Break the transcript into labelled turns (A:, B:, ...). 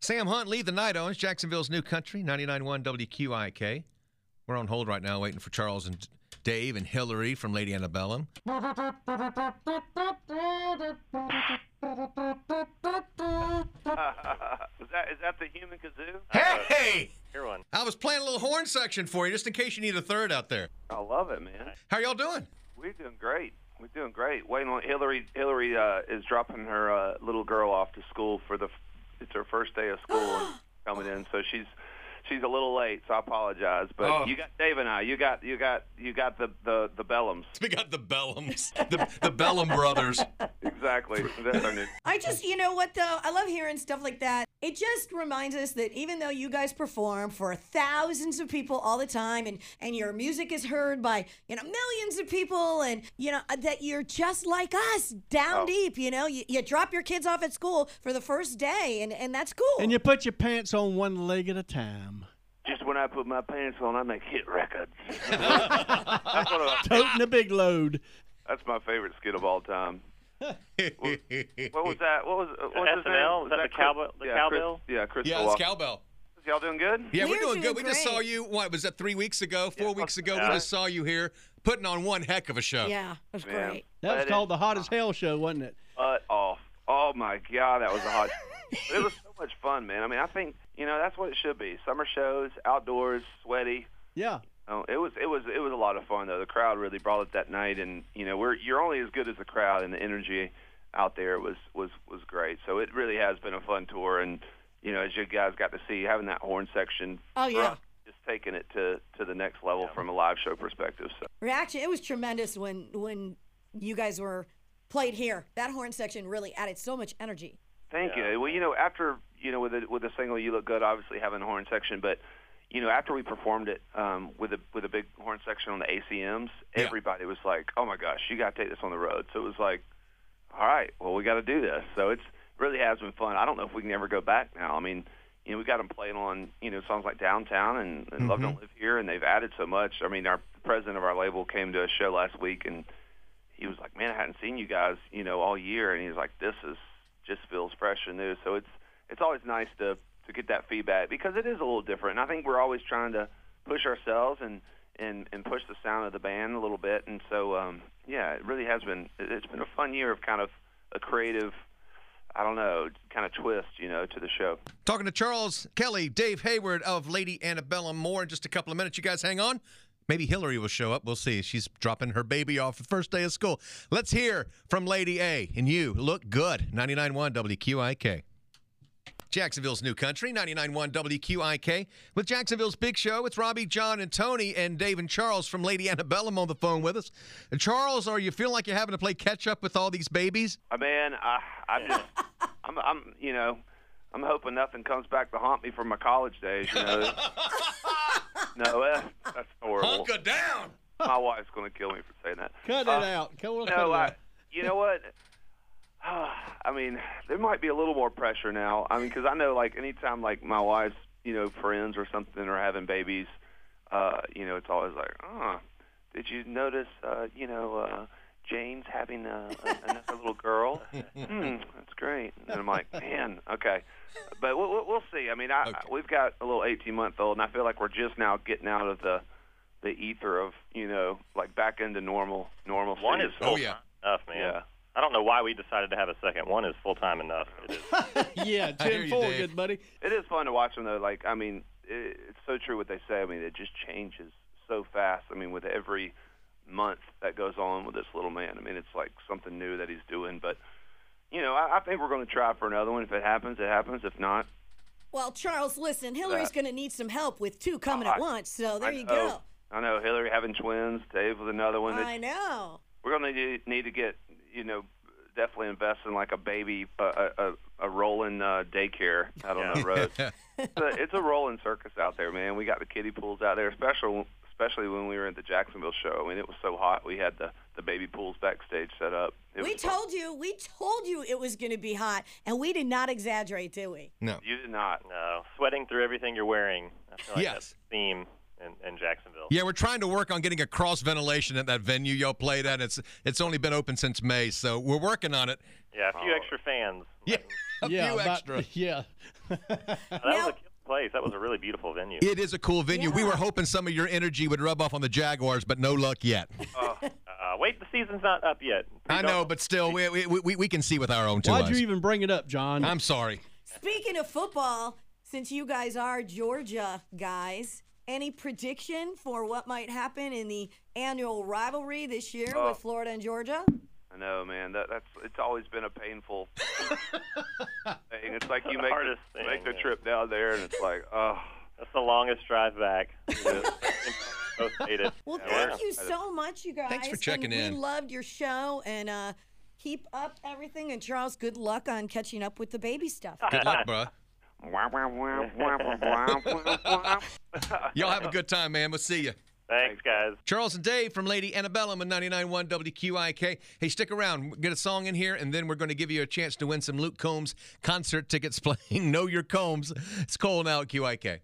A: Sam Hunt, lead the night on Jacksonville's New Country, 99.1 WQIK. We're on hold right now, waiting for Charles and Dave and Hillary from Lady Antebellum.
B: Is that is that the human kazoo?
A: Hey!
C: Here one.
A: I was playing a little horn section for you, just in case you need a third out there.
B: I love it, man.
A: How y'all doing?
B: We're doing great. We're doing great. Waiting on Hillary. Hillary uh, is dropping her uh, little girl off to school for the. f- It's her first day of school and coming in, so she's she's a little late. So I apologize, but
C: Oh.
B: you got Dave and I. You got you got you got the the the bellums.
A: We got the Bellums, the, the Bellum brothers.
B: Exactly. That's our new-
D: I just, you know what though? I love hearing stuff like that. It just reminds us that even though you guys perform for thousands of people all the time and and your music is heard by, you know, millions of people and you know uh, that you're just like us down
B: Oh.
D: deep, you know? You, you drop your kids off at school for the first day and and that's cool.
E: And you put your pants on one leg at a time.
B: Just when I put my pants on, I make hit records. that's one of my,
E: Toting a big load.
B: that's my favorite skit of all time. What was that? What was uh, what was his name?
C: SNL? Is that the
B: Chris-
C: cowbell- the
B: yeah,
C: cowbell?
B: Chris, yeah, Chris.
A: yeah, it's
B: Walken.
A: cowbell.
B: Y'all doing good?
A: Yeah, we're,
D: We're
A: doing,
D: doing
A: good. We just
D: great.
A: saw you. What was that? Three weeks ago, four
B: Yeah.
A: weeks ago.
C: Yeah.
A: We just saw you here putting on one heck of a show.
D: yeah, that's
B: Man,
D: great.
E: That was
B: it
E: called
B: is
E: the Hot as Hell show, wasn't it?
B: butt off. Oh my god, that was a hot. it was so much fun, man. I mean, I think you know that's what it should be: summer shows, outdoors, sweaty.
E: Yeah.
B: Oh, it was it was it was a lot of fun though. The crowd really brought it that night, and you know we're you're only as good as the crowd, and the energy out there was was was great. So it really has been a fun tour, and you know as you guys got to see having that horn section.
D: Oh,
B: for
D: yeah.
B: us, Just taking it to, to the next level from a live show perspective. So
D: reaction it was tremendous when when you guys were played here that horn section really added so much energy
B: Thank you. Well, you know, after you know, with a, with a single, you look good. Obviously, having a horn section, but you know, after we performed it um, with a with a big horn section on the ACMs,
A: Yeah.
B: everybody was like, "Oh my gosh, you got to take this on the road." So it was like, "All right, well, we got to do this." So it's really has been fun. I don't know if we can ever go back now. I mean, you know, we got them playing on you know songs like Downtown and, and Love Don't Live Here, and they've added so much. I mean, our president of our label came to a show last week and he was like, "Man, I hadn't seen you guys, you know, all year," and he's like, "This is just feels fresh and new." So it's it's always nice to to get that feedback because it is a little different. And I think we're always trying to push ourselves and and and push the sound of the band a little bit. And so um, yeah, it really has been it- it's been a fun year of kind of a creative, I don't know, kind of twist, you know, to the show.
A: Talking to Charles Kelly, Dave Hayward of Lady Annabella Moore in just a couple of minutes. You guys hang on. Maybe Hillary will show up. We'll see. She's dropping her baby off the first day of school. Let's hear from Lady A and you. Look good. 99.1 WQIK. Jacksonville's new country, 99.1 WQIK. With Jacksonville's Big Show, it's Robbie, John, and Tony, and Dave and Charles from Lady Antebellum on the phone with us. Charles, are you feeling like you're having to play catch up with all these babies?
B: Uh, man, I I just I'm I'm you know I'm hoping nothing comes back to haunt me from my college days. You know. no, eh, that's horrible.
A: down.
B: My wife's gonna kill me for saying that.
E: Cut it
B: Uh,
E: out. Cut, we'll cut
B: No,
E: it
B: I,
E: out.
B: you know what? I mean, there might be a little more pressure now. I mean, because I know like anytime like my wife's you know friends or something are having babies, uh, you know, it's always like, oh, did you notice? Uh, you know. uh Jane's having a, a, another little girl. Hmm, that's great. And I'm like, man, okay, but we'll, we'll- we'll see. I mean, I,
A: Okay.
B: we've got a little 18 month old, and I feel like we're just now getting out of the the ether of you know like back into normal normal.
C: One is full
A: Oh, yeah.
C: enough, man.
B: Yeah.
C: I don't know why we decided to have a second. One is full time enough. It is.
E: yeah,
A: I hear
E: 10
A: you,
E: 4,
A: Dave.
E: good buddy.
B: It is fun to watch them though. Like I mean, it, it's so true what they say. I mean, it just changes so fast. I mean, with every month that goes on with this little man, I mean, it's like something new that he's doing. But you know, I, I think we're going to try for another one. If it happens, it happens. If not,
D: well charles listen hillary's going to need some help with two coming
B: Oh,
D: at
B: I-
D: once so there
B: I
D: you
B: know,
D: go
B: I know Hillary having twins, Dave with another one.
D: i know
B: we're going to need to get you know definitely invest in like a baby uh, a, a a rolling uh, daycare out on the road. it's, a, it's a rolling circus out there, man. We got the kiddie pools out there, especially especially when we were at the Jacksonville show. I mean, it was so hot. We had the the baby pools backstage set up. It
D: we
B: was fun.
D: told you we told you it was going to be hot and we did not exaggerate did we
A: No.
B: you did not.
C: no, sweating through everything you're wearing. I feel like
A: Yes.
C: that's the theme in, in Jacksonville.
A: Yeah, we're trying to work on getting a cross ventilation at that venue y'all played at. It's it's only been open since May, so we're working on it.
C: Yeah, a few extra fans.
A: Yeah, a
E: yeah,
A: few
E: about-
A: extra.
E: Yeah.
C: That
D: Now-
C: was a killer place. That was a really beautiful venue.
A: It is a cool venue. We
D: Yeah.
A: were hoping some of your energy would rub off on the Jaguars, but no luck yet.
C: Uh, wait, the season's not up yet.
A: I know, but still, we we, we, we can see with our own 2
E: Why'd
A: eyes.
E: you even bring it up, John?
A: I'm sorry.
D: Speaking of football, since you guys are Georgia guys, any prediction for what might happen in the annual rivalry this year with Florida and Georgia?
B: I know, man. That, that's it's always been a painful thing. It's like you make the,
C: hardest thing,
B: make the
C: yeah.
B: trip down there, and it's like, oh,
C: That's the longest drive back. Both made it.
D: Well,
C: Yeah,
D: thank
C: we're-
D: you so much, you guys.
A: Thanks for
D: and
A: checking in.
D: We loved your show and uh, keep up everything. And Charles, good luck on catching up with the baby stuff.
A: Good luck, bro.
B: wah, wah, wah, wah, wah, wah, wah, wah.
A: Y'all have a good time, man. We'll see you.
C: Thanks, guys.
A: Charles and Dave from Lady Annabellum on 99.1 WQIK. Hey, stick around. Get a song in here, and then we're going to give you a chance to win some Luke Combs concert tickets playing Know Your Combs. It's Cole now at QIK.